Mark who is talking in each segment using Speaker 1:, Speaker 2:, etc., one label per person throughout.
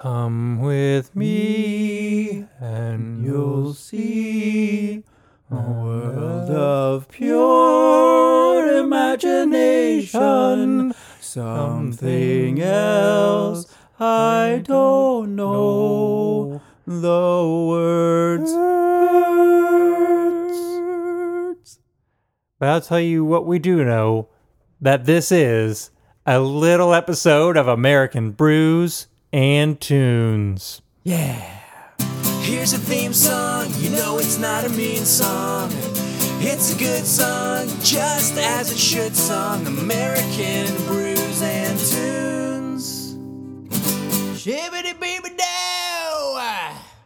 Speaker 1: Come with me and you'll see a world of pure imagination. Something else I don't know. The words. But I'll tell you what we do know that this is a little episode of American Brews and Tunes.
Speaker 2: Here's a theme song, you know it's not a mean song. It's a good song, just as it should song. American brews and tunes. Shibbity beeby dow!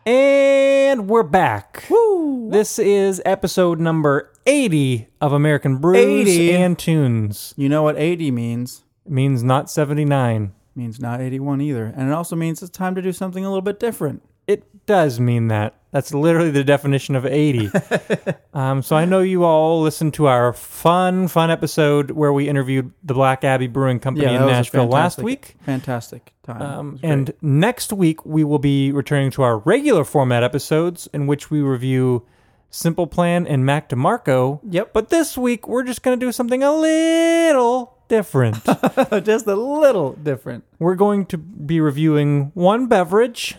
Speaker 1: And we're back. Woo! This is episode number 80 of American Brews
Speaker 3: 80.
Speaker 1: and Tunes.
Speaker 3: You know what 80 means?
Speaker 1: It means not 79.
Speaker 3: Means not 81 either. And it also means it's time to do something a little bit different.
Speaker 1: It does mean that. That's literally the definition of 80. um, so I know you all listened to our fun, fun episode where we interviewed the Black Abbey Brewing Company
Speaker 3: that
Speaker 1: in
Speaker 3: was a
Speaker 1: Nashville last
Speaker 3: fantastic-
Speaker 1: week.
Speaker 3: Fantastic time. It
Speaker 1: Um,
Speaker 3: was great.
Speaker 1: and next week, we will be returning to our regular format episodes in which we review Simple Plan and Mac DeMarco.
Speaker 3: Yep.
Speaker 1: But this week, we're just going to do something a little different.
Speaker 3: just a little different.
Speaker 1: we're going to be reviewing one beverage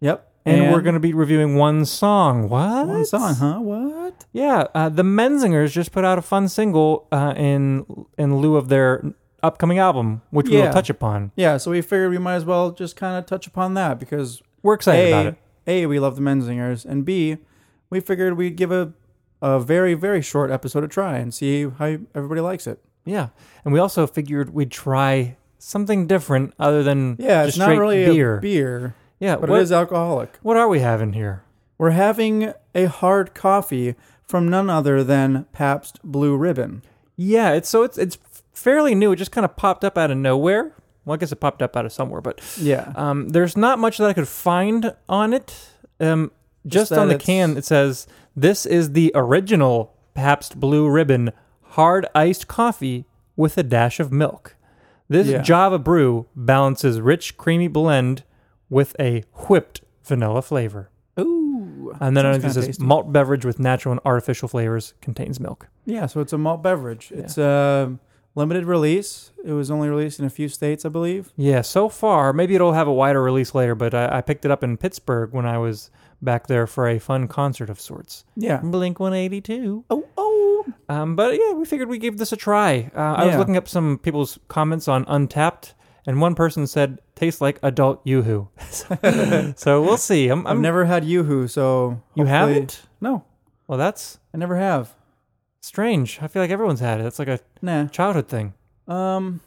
Speaker 3: Yep.
Speaker 1: and, we're going to be reviewing one song. What?
Speaker 3: one song, huh? What?
Speaker 1: Yeah. Uh, the Menzingers just put out a fun single uh, in, in lieu of their upcoming album, which we
Speaker 3: Yeah.
Speaker 1: will touch upon.
Speaker 3: Yeah, so we figured we might as well just kind of touch upon that because
Speaker 1: We're excited about
Speaker 3: A,
Speaker 1: it.
Speaker 3: A, we love the Menzingers, and B, we figured we'd give a a very very short episode a try and see how everybody likes it.
Speaker 1: Yeah, and we also figured we'd try something different other than
Speaker 3: Yeah,
Speaker 1: just
Speaker 3: it's not
Speaker 1: straight
Speaker 3: really
Speaker 1: beer.
Speaker 3: a beer,
Speaker 1: yeah,
Speaker 3: but
Speaker 1: what,
Speaker 3: it is alcoholic.
Speaker 1: what are we having here?
Speaker 3: We're having a hard coffee from none other than Pabst Blue Ribbon.
Speaker 1: Yeah, it's so it's it's fairly new. It just kind of popped up out of nowhere. Well, I guess it popped up out of somewhere, but
Speaker 3: Yeah.
Speaker 1: um, there's not much that I could find on it. Um, just,
Speaker 3: Just that
Speaker 1: on the
Speaker 3: it's-
Speaker 1: can, it says this is the original Pabst Blue Ribbon hard iced coffee with a dash of milk. This
Speaker 3: Yeah.
Speaker 1: Java brew balances rich, creamy blend with a whipped vanilla flavor.
Speaker 3: Uh, Ooh.
Speaker 1: And then
Speaker 3: Sounds
Speaker 1: underneath it
Speaker 3: kinda
Speaker 1: says
Speaker 3: tasty.
Speaker 1: malt beverage with natural and artificial flavors contains milk.
Speaker 3: Yeah, so it's a malt beverage. It's a limited release. It was only released in a few states, I believe.
Speaker 1: Yeah, so far, maybe it'll have a wider release later, but I, I picked it up in Pittsburgh when I was back there for a fun concert of sorts.
Speaker 3: Yeah.
Speaker 1: Blink 182.
Speaker 3: Oh, oh.
Speaker 1: Um, but yeah, we figured we'd give this a try. Uh, I was
Speaker 3: Yeah.
Speaker 1: looking up some people's comments on Untapped, and one person said, tastes like adult Yoo-Hoo. so, so we'll see. I'm,
Speaker 3: I've
Speaker 1: I'm-
Speaker 3: never had Yoo-Hoo, so
Speaker 1: You
Speaker 3: hopefully-
Speaker 1: haven't?
Speaker 3: No,
Speaker 1: Well, that's
Speaker 3: I never have.
Speaker 1: strange. I feel like everyone's had it. That's like a
Speaker 3: Nah,
Speaker 1: childhood thing.
Speaker 3: um,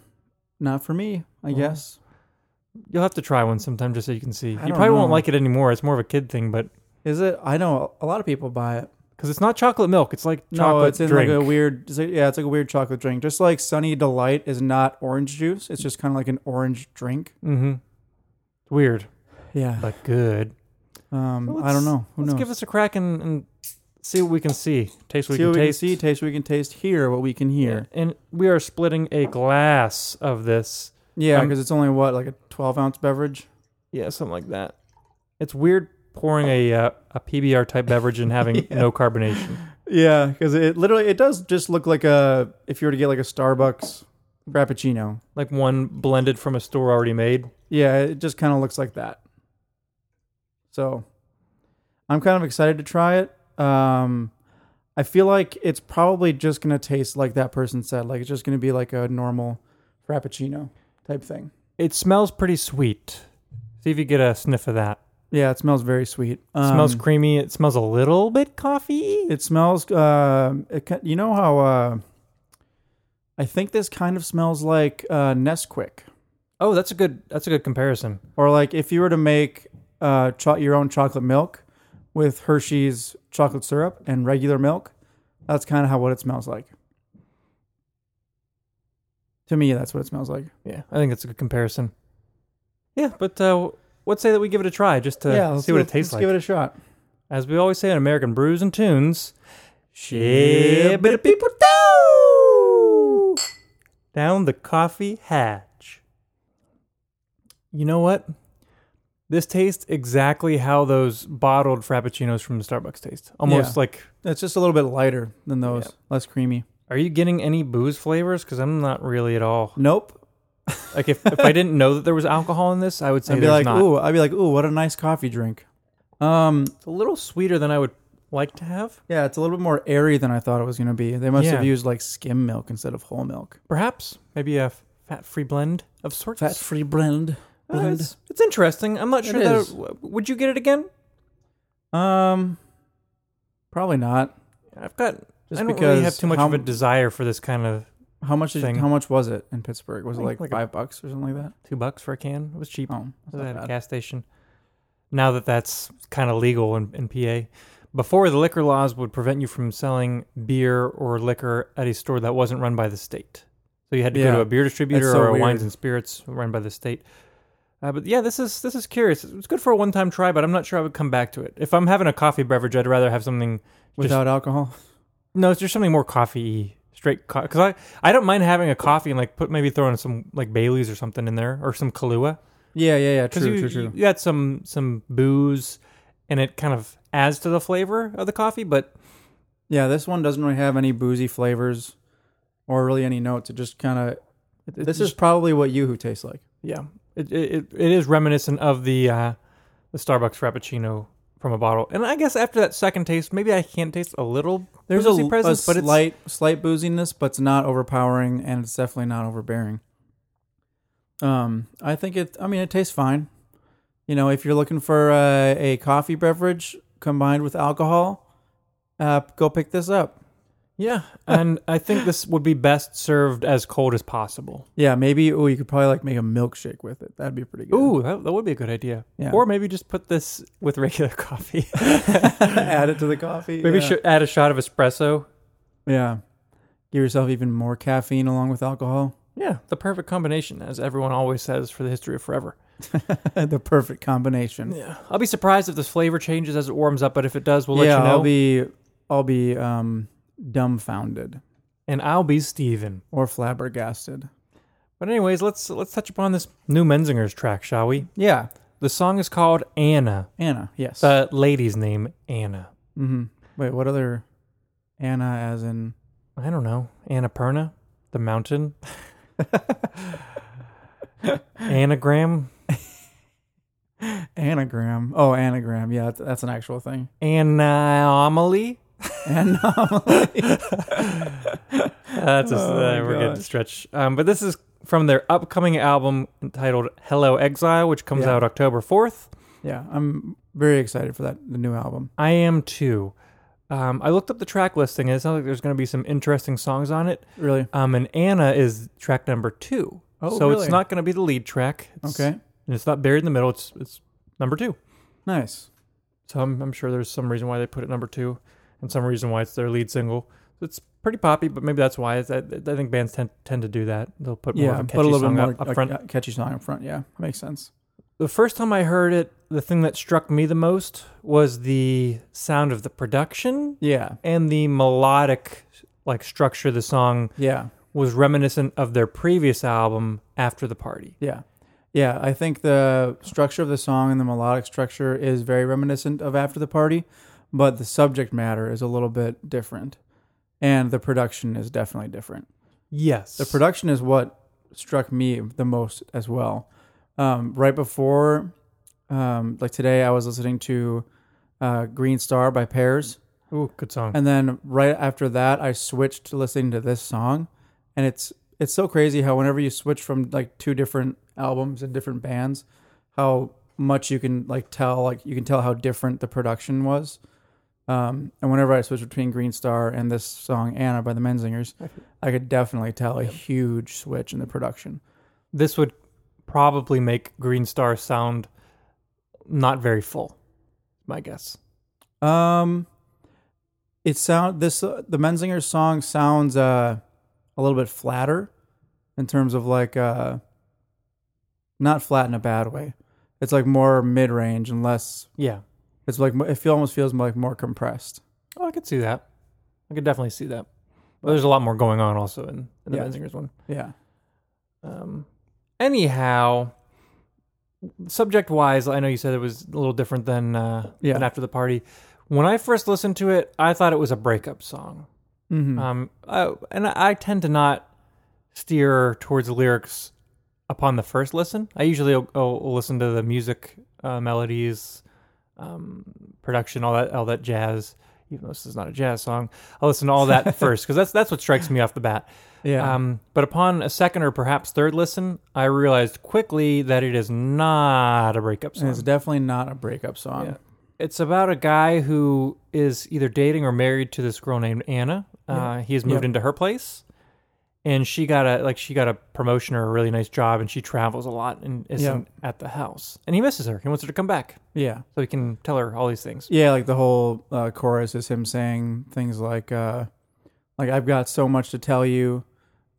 Speaker 3: not for me, I guess.
Speaker 1: You'll have to try one sometime just so you can see. you
Speaker 3: don't
Speaker 1: probably won't
Speaker 3: know.
Speaker 1: like it anymore. It's more of a kid thing, but
Speaker 3: Is it? I know a lot of people buy it.
Speaker 1: because it's not chocolate milk, it's like chocolate
Speaker 3: no, it's in
Speaker 1: drink.
Speaker 3: like a weird. It's like, yeah, it's like a weird chocolate drink. Just like Sunny Delight is not orange juice. It's just kind of like an orange drink.
Speaker 1: mm-hmm. Weird,
Speaker 3: Yeah.
Speaker 1: but good.
Speaker 3: Um,
Speaker 1: Well,
Speaker 3: I
Speaker 1: let's-
Speaker 3: don't know. Who
Speaker 1: Let's
Speaker 3: knows?
Speaker 1: give this a crack and, and see what we can see. Taste what
Speaker 3: see
Speaker 1: we
Speaker 3: what
Speaker 1: can
Speaker 3: we
Speaker 1: taste.
Speaker 3: can see, taste what we can taste, hear what we can hear.
Speaker 1: And we are splitting a glass of this.
Speaker 3: Yeah,
Speaker 1: Um,
Speaker 3: because it's only what like a twelve ounce beverage.
Speaker 1: Yeah, something like that. It's weird pouring a uh, a PBR type beverage and having no carbonation.
Speaker 3: Yeah, because it literally it does just look like a if you were to get like a Starbucks frappuccino.
Speaker 1: Like one blended from a store already made.
Speaker 3: Yeah, it just kind of looks like that. So I'm kind of excited to try it. Um, I feel like it's probably just going to taste like that person said. Like it's just going to be like a normal Frappuccino type thing.
Speaker 1: It smells pretty sweet. See if you get a sniff of that.
Speaker 3: Yeah, it smells very sweet.
Speaker 1: It
Speaker 3: Um,
Speaker 1: smells creamy. It smells a little bit coffee.
Speaker 3: It smells. Uh, it, ki- you know how uh, I think this kind of smells like uh, Nesquik,
Speaker 1: Oh, that's a good that's a good comparison.
Speaker 3: or like if you were to make uh, cho- your own chocolate milk with Hershey's chocolate syrup and regular milk. That's kind of how what it smells like. To me, that's what it smells like.
Speaker 1: Yeah, I think it's a good comparison. Yeah, but uh, let's say that we give it a try just to
Speaker 3: yeah, let's
Speaker 1: see what
Speaker 3: let's-
Speaker 1: it tastes
Speaker 3: let's
Speaker 1: like.
Speaker 3: Give it a shot.
Speaker 1: As we always say on American Brews and Tunes, down the coffee hatch. You know what? This tastes exactly how those bottled frappuccinos from Starbucks taste. Almost
Speaker 3: Yeah.
Speaker 1: like,
Speaker 3: It's just a little bit lighter than those,
Speaker 1: Yeah.
Speaker 3: less creamy.
Speaker 1: are you getting any booze flavors? Because I'm not really at all.
Speaker 3: Nope.
Speaker 1: Like if, if I didn't know that there was alcohol in this, I would say
Speaker 3: I'd be
Speaker 1: there's
Speaker 3: like,
Speaker 1: not.
Speaker 3: ooh, I'd be like, ooh, what a nice coffee drink. Um,
Speaker 1: It's a little sweeter than I would like to have,
Speaker 3: yeah, it's a little bit more airy than I thought it was going to be. They must have
Speaker 1: Yeah.
Speaker 3: used like skim milk instead of whole milk.
Speaker 1: perhaps. Maybe a f- fat-free blend of sorts.
Speaker 3: free blend.
Speaker 1: Uh, it's, it's interesting. I'm not
Speaker 3: It
Speaker 1: sure that
Speaker 3: is.
Speaker 1: w- would you get it again?
Speaker 3: Um, probably not.
Speaker 1: I've got
Speaker 3: Just
Speaker 1: I don't
Speaker 3: because
Speaker 1: really have too much
Speaker 3: how,
Speaker 1: of a desire for this kind of
Speaker 3: how much did you-
Speaker 1: thing.
Speaker 3: how much was it in Pittsburgh? Was it
Speaker 1: I
Speaker 3: like,
Speaker 1: think like a-
Speaker 3: five bucks or something like that?
Speaker 1: two bucks for a can. It was cheap.
Speaker 3: Oh, that's
Speaker 1: It was
Speaker 3: not
Speaker 1: at a
Speaker 3: bad.
Speaker 1: gas station. Now that that's kind of legal in, in PA. Before, the liquor laws would prevent you from selling beer or liquor at a store that wasn't run by the state. So you had to
Speaker 3: Yeah.
Speaker 1: go to a beer distributor
Speaker 3: That's so
Speaker 1: or a wines
Speaker 3: weird.
Speaker 1: and spirits run by the state. Uh, but yeah, this is this is curious. It's good for a one-time try, but I'm not sure I would come back to it. If I'm having a coffee beverage, I'd rather have something just
Speaker 3: without alcohol.
Speaker 1: No, it's just something more coffee straight coffee. Because I, I don't mind having a coffee and like put maybe throwing some like Bailey's or something in there or some Kahlua.
Speaker 3: Yeah, yeah, yeah.
Speaker 1: Because
Speaker 3: True,
Speaker 1: you,
Speaker 3: true, true.
Speaker 1: you add some some booze, and it kind of adds to the flavor of the coffee. But
Speaker 3: Yeah, this one doesn't really have any boozy flavors or really any notes. It just kind of.
Speaker 1: it, it
Speaker 3: This
Speaker 1: just-
Speaker 3: is probably what Yoo-Hoo tastes like.
Speaker 1: yeah, it, it it- it is reminiscent of the uh, the Starbucks Frappuccino from a bottle. And I guess after that second taste, maybe I can taste a little.
Speaker 3: There's a,
Speaker 1: boozy
Speaker 3: a
Speaker 1: presence, but it's
Speaker 3: slight slight booziness, but it's not overpowering, and it's definitely not overbearing. Um, I think it. I mean, it tastes fine. You know, if you're looking for uh, a coffee beverage combined with alcohol, uh, go pick this up.
Speaker 1: yeah. and I think this would be best served as cold as possible.
Speaker 3: Yeah, maybe. Oh, you could probably like make a milkshake with it. That'd be pretty good.
Speaker 1: Ooh, that, that would be a good idea.
Speaker 3: Yeah.
Speaker 1: Or maybe just put this with regular coffee.
Speaker 3: add it to the coffee.
Speaker 1: maybe
Speaker 3: yeah.
Speaker 1: sh- add a shot of espresso.
Speaker 3: Yeah, give yourself even more caffeine along with alcohol.
Speaker 1: Yeah, the perfect combination, as everyone always says for the history of forever.
Speaker 3: the perfect combination.
Speaker 1: Yeah, I'll be surprised if this flavor changes as it warms up, but if it does, we'll
Speaker 3: yeah,
Speaker 1: let you know.
Speaker 3: I'll be I'll be um dumbfounded
Speaker 1: and I'll be Steven.
Speaker 3: or flabbergasted.
Speaker 1: But anyways, let's let's touch upon this new Menzinger's track, shall we?
Speaker 3: Yeah,
Speaker 1: The song is called Anna.
Speaker 3: Anna. Yes.
Speaker 1: The lady's name Anna.
Speaker 3: hmm Wait, what other Anna? As in,
Speaker 1: I don't know. Annapurna, the mountain. Anagram,
Speaker 3: anagram. Oh, anagram. Yeah, that's, that's an actual thing.
Speaker 1: anomaly.
Speaker 3: Anomaly.
Speaker 1: That's a,
Speaker 3: Oh my
Speaker 1: uh, we're getting
Speaker 3: gosh.
Speaker 1: to stretch. Um, but this is from their upcoming album entitled Hello Exile, which comes
Speaker 3: Yeah.
Speaker 1: out October 4th.
Speaker 3: yeah, I'm very excited for that the new album.
Speaker 1: I am too. Um, I looked up the track listing and it sounds like there's going to be some interesting songs on it.
Speaker 3: Really.
Speaker 1: Um, and Anna is track number two.
Speaker 3: Oh,
Speaker 1: so
Speaker 3: really?
Speaker 1: it's not going to be the lead track. It's,
Speaker 3: Okay.
Speaker 1: And it's not buried in the middle. It's, it's number two.
Speaker 3: Nice.
Speaker 1: So I'm, I'm sure there's some reason why they put it number two and some reason why it's their lead single. It's pretty poppy, but maybe that's why. It's, I, I think bands tend, tend to do that. They'll put more of
Speaker 3: Yeah,
Speaker 1: a catchy
Speaker 3: put a little
Speaker 1: song
Speaker 3: bit more
Speaker 1: up, up
Speaker 3: like,
Speaker 1: front.
Speaker 3: uh, catchy song up front. Yeah, makes sense.
Speaker 1: The first time I heard it, the thing that struck me the most was the sound of the production
Speaker 3: Yeah,
Speaker 1: and the melodic like structure of the song
Speaker 3: yeah.
Speaker 1: was reminiscent of their previous album After the Party.
Speaker 3: Yeah. Yeah, I think the structure of the song and the melodic structure is very reminiscent of After the Party, but the subject matter is a little bit different. And the production is definitely different.
Speaker 1: Yes.
Speaker 3: The production is what struck me the most as well. Um, right before, um, like today, I was listening to uh, Green Star by Pears.
Speaker 1: Ooh, good song.
Speaker 3: And then right after that, I switched to listening to this song, and it's it's so crazy how whenever you switch from like two different albums and different bands, how much you can like tell like you can tell how different the production was. Um, and whenever I switched between Green Star and this song Anna by the Menzingers, I could definitely tell a huge switch in the production.
Speaker 1: this would probably make Green Star sound not very full, my guess.
Speaker 3: Um, it sound this uh, the Menzinger song sounds uh a little bit flatter in terms of like uh not flat in a bad way. It's like more mid range and less.
Speaker 1: Yeah.
Speaker 3: It's like it feel, almost feels like more compressed.
Speaker 1: Oh, I could see that. I could definitely see that. But there's a lot more going on also in, in the
Speaker 3: Yeah.
Speaker 1: Benzinger's one.
Speaker 3: Yeah,
Speaker 1: Um, anyhow, subject wise, I know you said it was a little different than uh,
Speaker 3: Yeah.
Speaker 1: than after the party. When I first listened to it, I thought it was a breakup song.
Speaker 3: Mhm.
Speaker 1: Um, I, and I tend to not steer towards lyrics upon the first listen. I usually will, will- will listen to the music, uh, melodies, um, production, all that, all that jazz. Even though this is not a jazz song, I'll listen to all that first because that's that's what strikes me off the bat.
Speaker 3: Yeah.
Speaker 1: Um, but upon a second or perhaps third listen, I realized quickly that it is not a breakup
Speaker 3: And
Speaker 1: song.
Speaker 3: it's definitely not a breakup song.
Speaker 1: Yeah. It's about a guy who is either dating or married to this girl named Anna. Uh, he has moved
Speaker 3: Yep.
Speaker 1: into her place, and she got a like she got a promotion or a really nice job, and she travels a lot and isn't at the house. And he misses her. He wants her to come back
Speaker 3: Yeah.
Speaker 1: so he can tell her all these things.
Speaker 3: Yeah, like the whole uh, chorus is him saying things like, uh, "Like I've got so much to tell you."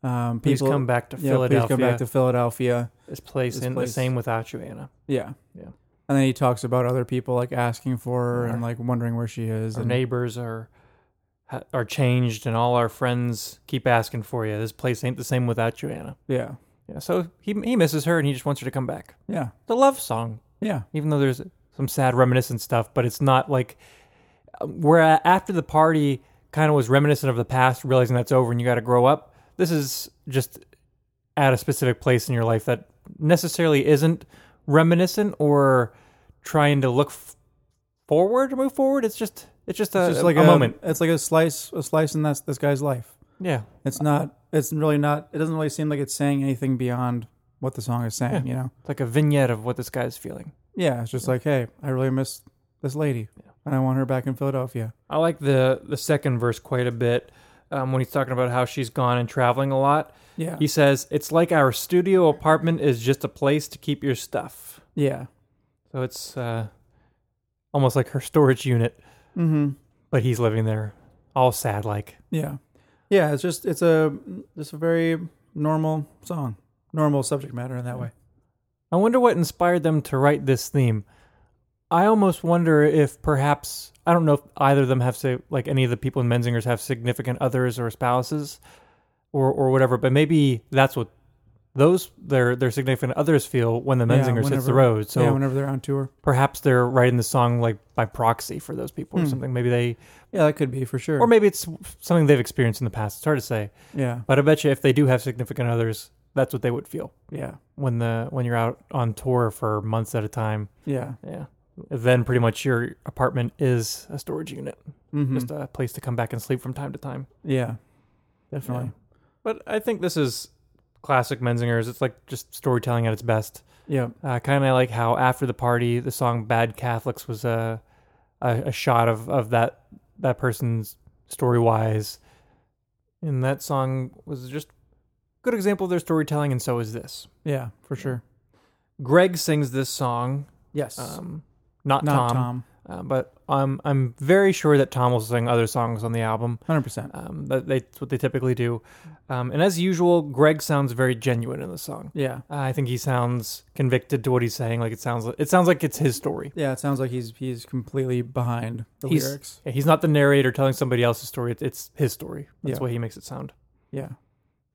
Speaker 3: Um,
Speaker 1: Please
Speaker 3: people,
Speaker 1: come back to
Speaker 3: yeah,
Speaker 1: Philadelphia.
Speaker 3: Please come back to Philadelphia.
Speaker 1: this place
Speaker 3: this
Speaker 1: isn't the
Speaker 3: place.
Speaker 1: same without you, Anna.
Speaker 3: Yeah,
Speaker 1: Yeah.
Speaker 3: And then he talks about other people like asking for her and
Speaker 1: Yeah.
Speaker 3: like wondering where she is.
Speaker 1: Our
Speaker 3: and
Speaker 1: neighbors are ha- are changed, and all our friends keep asking for you. This place ain't the same without you, Anna.
Speaker 3: yeah,
Speaker 1: Yeah, so he he misses her, and he just wants her to come back.
Speaker 3: yeah,
Speaker 1: The love song
Speaker 3: yeah,
Speaker 1: even though there's some sad reminiscent stuff, but it's not like where after the party kind of was reminiscent of the past, realizing that's over and you got to grow up. This is just at a specific place in your life that necessarily isn't reminiscent or trying to look f- forward or move forward. It's just it's just Uh, a,
Speaker 3: It's just like
Speaker 1: a moment.
Speaker 3: It's like a slice, a slice in this this guy's life.
Speaker 1: Yeah,
Speaker 3: It's not. It's really not. It doesn't really seem like it's saying anything beyond what the song is saying. You know.
Speaker 1: it's like a vignette of what this guy's feeling.
Speaker 3: Yeah. It's just like, hey, I really miss this lady, and I want her back in Philadelphia.
Speaker 1: I like the the second verse quite a bit um, when he's talking about how she's gone and traveling a lot.
Speaker 3: Yeah.
Speaker 1: He says, It's like our studio apartment is just a place to keep your stuff.
Speaker 3: yeah.
Speaker 1: So it's uh, almost like her storage unit,
Speaker 3: Mm-hmm.
Speaker 1: but he's living there, all sad like.
Speaker 3: Yeah, yeah. It's just it's a it's a very normal song, normal subject matter in that way.
Speaker 1: I wonder what inspired them to write this theme. I almost wonder if perhaps I don't know if either of them have say like any of the people in Menzingers have significant others or spouses or or whatever, but maybe that's what those their their significant others feel when the Menzingers hits the
Speaker 3: whenever-
Speaker 1: road. So
Speaker 3: yeah, whenever they're on tour,
Speaker 1: perhaps they're writing the song like by proxy for those people or something. Maybe they,
Speaker 3: yeah, that could be for Hmm. sure.
Speaker 1: or maybe it's something they've experienced in the past. It's hard to say,
Speaker 3: yeah,
Speaker 1: but I bet you if they do have significant others, that's what they would feel
Speaker 3: yeah,
Speaker 1: when the when you're out on tour for months at a time.
Speaker 3: yeah,
Speaker 1: Yeah, then pretty much your apartment is a storage unit,
Speaker 3: Mhm.
Speaker 1: just a place to come back and sleep from time to time.
Speaker 3: yeah, definitely.
Speaker 1: But I think this is classic Menzingers. It's like just storytelling at its best.
Speaker 3: Yeah,
Speaker 1: Uh, kind of like how after the party, the song "Bad Catholics" was a a, a shot of of that that person's story wise, and that song was just a good example of their storytelling, and so is this.
Speaker 3: yeah, for sure.
Speaker 1: Greg sings this song,
Speaker 3: Yes,
Speaker 1: um, not,
Speaker 3: not
Speaker 1: Tom,
Speaker 3: Tom,
Speaker 1: Uh, but I'm I'm very sure that Tom will sing other songs on the album.
Speaker 3: hundred percent.
Speaker 1: Um, that they, that's what they typically do, um, and as usual, Greg sounds very genuine in the song. Uh,
Speaker 3: Yeah,
Speaker 1: I think he sounds convicted to what he's saying. Like it sounds, it sounds like it's his story.
Speaker 3: yeah. It sounds like he's he's completely behind the
Speaker 1: He's-
Speaker 3: lyrics.
Speaker 1: Yeah, He's not the narrator telling somebody else's story. It's, it's his story. That's
Speaker 3: Yeah.
Speaker 1: the way he makes it sound.
Speaker 3: Yeah,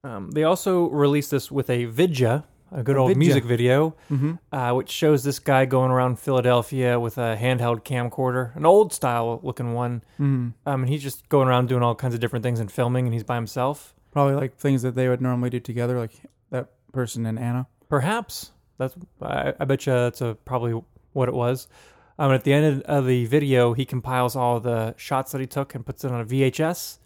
Speaker 1: Um, they also released this with a vidya, a good
Speaker 3: A
Speaker 1: old
Speaker 3: vidya.
Speaker 1: music video,
Speaker 3: mm-hmm.
Speaker 1: uh, which shows this guy going around Philadelphia with a handheld camcorder, an old style looking one.
Speaker 3: Mm-hmm.
Speaker 1: Um, and he's just going around doing all kinds of different things and filming, and he's by himself.
Speaker 3: probably like things that they would normally do together, like that person and Anna.
Speaker 1: Perhaps that's. I, I bet you that's a, probably what it was. Um, at the end of the video, he compiles all the shots that he took and puts it on a VHS,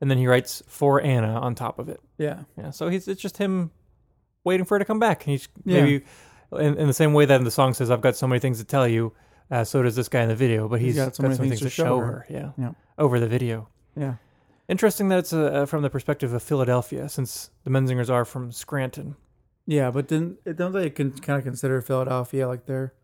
Speaker 1: and then he writes for Anna on top of it.
Speaker 3: Yeah,
Speaker 1: Yeah, so he's it's just him waiting for her to come back. He's
Speaker 3: Yeah.
Speaker 1: maybe in, in the same way that the song says, "I've got so many things to tell you." Uh, so does this guy in the video, but he's got so many, things, to show her. Yeah,
Speaker 3: Yeah.
Speaker 1: over the video.
Speaker 3: yeah,
Speaker 1: Interesting that it's uh, from the perspective of Philadelphia, since the Menzingers are from Scranton.
Speaker 3: yeah. But then it don't they can kind of consider Philadelphia like their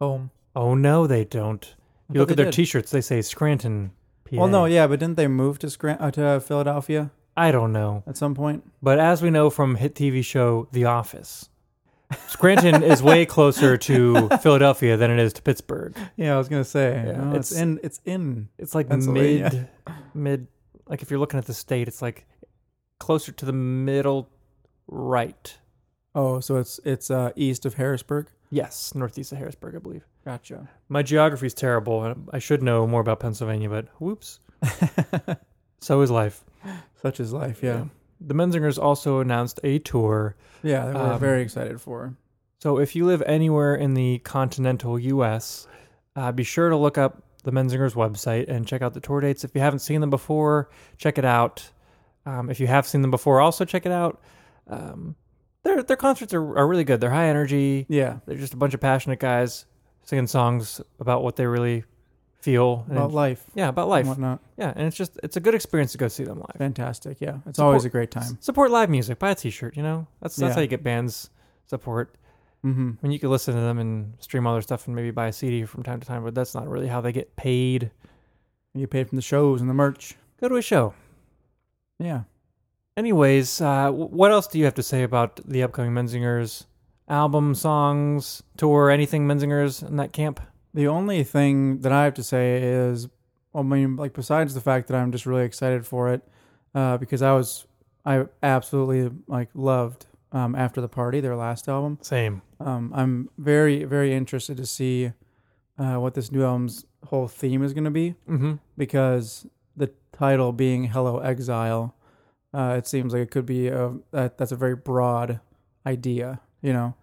Speaker 3: home?
Speaker 1: Oh no, they don't. You
Speaker 3: thought
Speaker 1: look at
Speaker 3: they
Speaker 1: their
Speaker 3: did.
Speaker 1: T-shirts; they say Scranton. PA.
Speaker 3: Well, no, yeah, but didn't they move to Scran- uh, to Philadelphia
Speaker 1: I don't know.
Speaker 3: at some point?
Speaker 1: But as we know from hit TV show The Office, Scranton is way closer to Philadelphia than it is to Pittsburgh.
Speaker 3: Yeah, I was gonna say
Speaker 1: Yeah,
Speaker 3: no, it's,
Speaker 1: it's-
Speaker 3: in it's in
Speaker 1: It's like mid,
Speaker 3: Pennsylvania.
Speaker 1: mid. Like if you're looking at the state, it's like closer to the middle right.
Speaker 3: oh, so it's it's uh, east of Harrisburg.
Speaker 1: Yes, northeast of Harrisburg, I believe.
Speaker 3: Gotcha.
Speaker 1: My geography's terrible. and I should know more about Pennsylvania, but whoops. so is life.
Speaker 3: Such is life. Yeah.
Speaker 1: The Menzingers also announced a tour.
Speaker 3: Yeah, that we're
Speaker 1: Um,
Speaker 3: very excited for.
Speaker 1: So if you live anywhere in the continental U.S., uh, be sure to look up the Menzingers website and check out the tour dates. If you haven't seen them before, check it out. Um, if you have seen them before, also check it out. Um, their their concerts are, are really good. They're high energy.
Speaker 3: Yeah.
Speaker 1: They're just a bunch of passionate guys singing songs about what they really feel. And,
Speaker 3: About life.
Speaker 1: yeah, about
Speaker 3: And
Speaker 1: life.
Speaker 3: whatnot.
Speaker 1: Yeah, and it's just it's a good experience to go see them live.
Speaker 3: Fantastic. Yeah. It's
Speaker 1: Support-
Speaker 3: always a great time.
Speaker 1: Support live music. Buy a T-shirt. You know, that's that's
Speaker 3: Yeah.
Speaker 1: how you get bands support.
Speaker 3: Mm-hmm.
Speaker 1: I mean, you could listen to them and stream all their stuff and maybe buy a CD from time to time, but that's not really how they get paid.
Speaker 3: You paid from the shows and the merch.
Speaker 1: Go to a show.
Speaker 3: Yeah.
Speaker 1: Anyways, uh, w- what else do you have to say about the upcoming Menzingers album, songs, tour, anything Menzingers in that camp?
Speaker 3: The only thing that I have to say is, I mean, like besides the fact that I'm just really excited for it, uh, because I was, I absolutely like loved um, after the party their last album.
Speaker 1: Same.
Speaker 3: Um, I'm very very interested to see uh, what this new album's whole theme is going to be
Speaker 1: Mm-hmm.
Speaker 3: because the title being "Hello Exile," uh, it seems like it could be a that, that's a very broad idea, you know.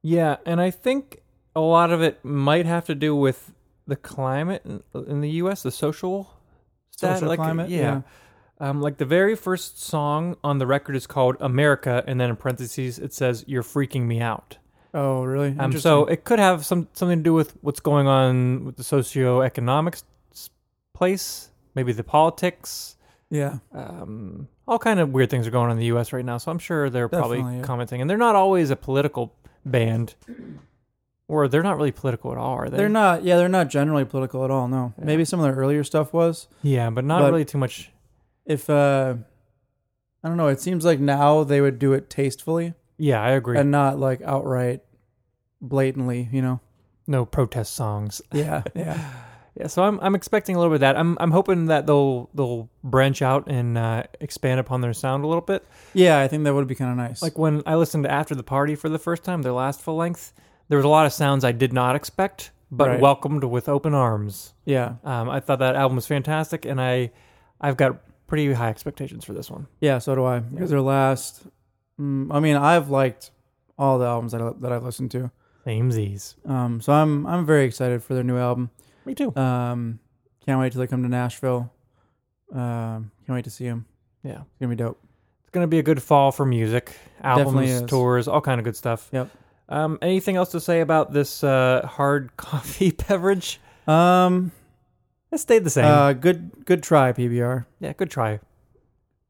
Speaker 1: Yeah, and I think a lot of it might have to do with the climate in, in the U.S., the social, stat-
Speaker 3: Social
Speaker 1: like,
Speaker 3: climate,
Speaker 1: Yeah. Um, like the very first song on the record is called "America," and then in parentheses it says "You're freaking me out."
Speaker 3: Oh, really?
Speaker 1: Um,
Speaker 3: Interesting.
Speaker 1: so it could have some something to do with what's going on with the socioeconomic s- s- place, maybe the politics.
Speaker 3: yeah,
Speaker 1: Um, all kind of weird things are going on in the U.S. right now, so I'm sure they're probably
Speaker 3: Definitely, yeah.
Speaker 1: commenting. And they're not always a political band, or they're not really political at all, are they?
Speaker 3: they're not. Yeah, they're not generally political at all. No,
Speaker 1: Yeah.
Speaker 3: maybe some of their earlier stuff was.
Speaker 1: Yeah, but not
Speaker 3: But-
Speaker 1: really too much.
Speaker 3: If uh, I don't know, it seems like now they would do it tastefully
Speaker 1: Yeah, I agree.
Speaker 3: and not like outright blatantly, you know.
Speaker 1: no protest songs.
Speaker 3: Yeah, yeah,
Speaker 1: Yeah, so I'm I'm expecting a little bit of that. I'm I'm hoping that they'll they'll branch out and uh, expand upon their sound a little bit.
Speaker 3: yeah. I think that would be kind of nice.
Speaker 1: Like when I listened to After the Party for the first time, their last full length, there was a lot of sounds I did not expect, but
Speaker 3: Right.
Speaker 1: welcomed with open arms.
Speaker 3: yeah,
Speaker 1: Um, I thought that album was fantastic, and I, I've got pretty high expectations for this one.
Speaker 3: yeah. So do I. Because their last, mm, I mean, I've liked all the albums that I, that I've listened to.
Speaker 1: Samesies.
Speaker 3: Um, so I'm I'm very excited for their new album.
Speaker 1: Me too.
Speaker 3: Um, can't wait till they come to Nashville. Um, can't wait to see them.
Speaker 1: Yeah,
Speaker 3: It's gonna be dope.
Speaker 1: it's gonna be a good fall for music, albums,
Speaker 3: Definitely is.
Speaker 1: tours, all kind of good stuff.
Speaker 3: Yep.
Speaker 1: Um, anything else to say about this uh, hard coffee beverage?
Speaker 3: Um,
Speaker 1: It stayed the same.
Speaker 3: uh, good good try, PBR.
Speaker 1: yeah, good try.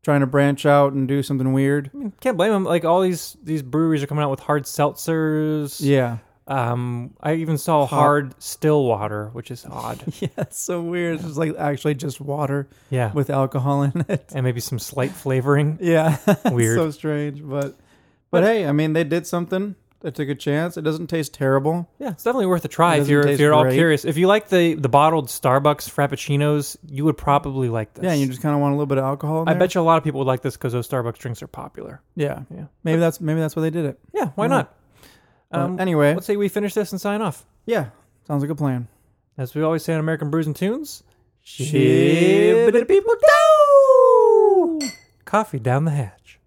Speaker 3: Trying to branch out and do something weird.
Speaker 1: I mean, can't blame them. Like all these these breweries are coming out with hard seltzers.
Speaker 3: Yeah,
Speaker 1: Um, I even saw hard still water, which is odd.
Speaker 3: yeah, it's so weird. It's just like actually just water
Speaker 1: yeah,
Speaker 3: with alcohol in it.
Speaker 1: and maybe some slight flavoring.
Speaker 3: Yeah, It's
Speaker 1: Weird.
Speaker 3: so strange, but but hey, I mean, they did something. They took a chance. It doesn't taste terrible.
Speaker 1: Yeah, it's definitely worth a try if
Speaker 3: doesn't
Speaker 1: you're if
Speaker 3: taste
Speaker 1: you're all
Speaker 3: great.
Speaker 1: curious. If you like the the bottled Starbucks frappuccinos, you would probably like this.
Speaker 3: Yeah, and you just kind of want a little bit of alcohol. In
Speaker 1: I
Speaker 3: there.
Speaker 1: bet you a lot of people would like this because those Starbucks drinks are popular.
Speaker 3: Yeah,
Speaker 1: Yeah.
Speaker 3: Maybe that's maybe that's why they did it.
Speaker 1: Yeah, why
Speaker 3: Yeah.
Speaker 1: not?
Speaker 3: But
Speaker 1: Um,
Speaker 3: anyway,
Speaker 1: let's say we finish this and sign off.
Speaker 3: yeah, sounds like a plan.
Speaker 1: As we always say on American Brews and Tunes,
Speaker 3: Shibbity
Speaker 1: people Coffee down the hatch.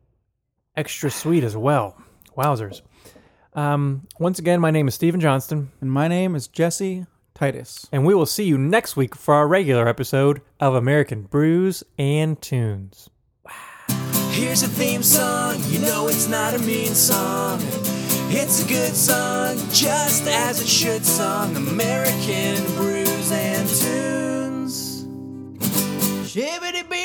Speaker 1: Extra sweet as well. Wowzers. Um, once again, my name is Stephen Johnston,
Speaker 3: And my name is Jesse Titus.
Speaker 1: and we will see you next week for our regular episode of American Brews and Tunes.
Speaker 2: Here's a theme song, you know it's not a mean song. It's a good song, just as it should song. American brews and tunes. Shibbity bee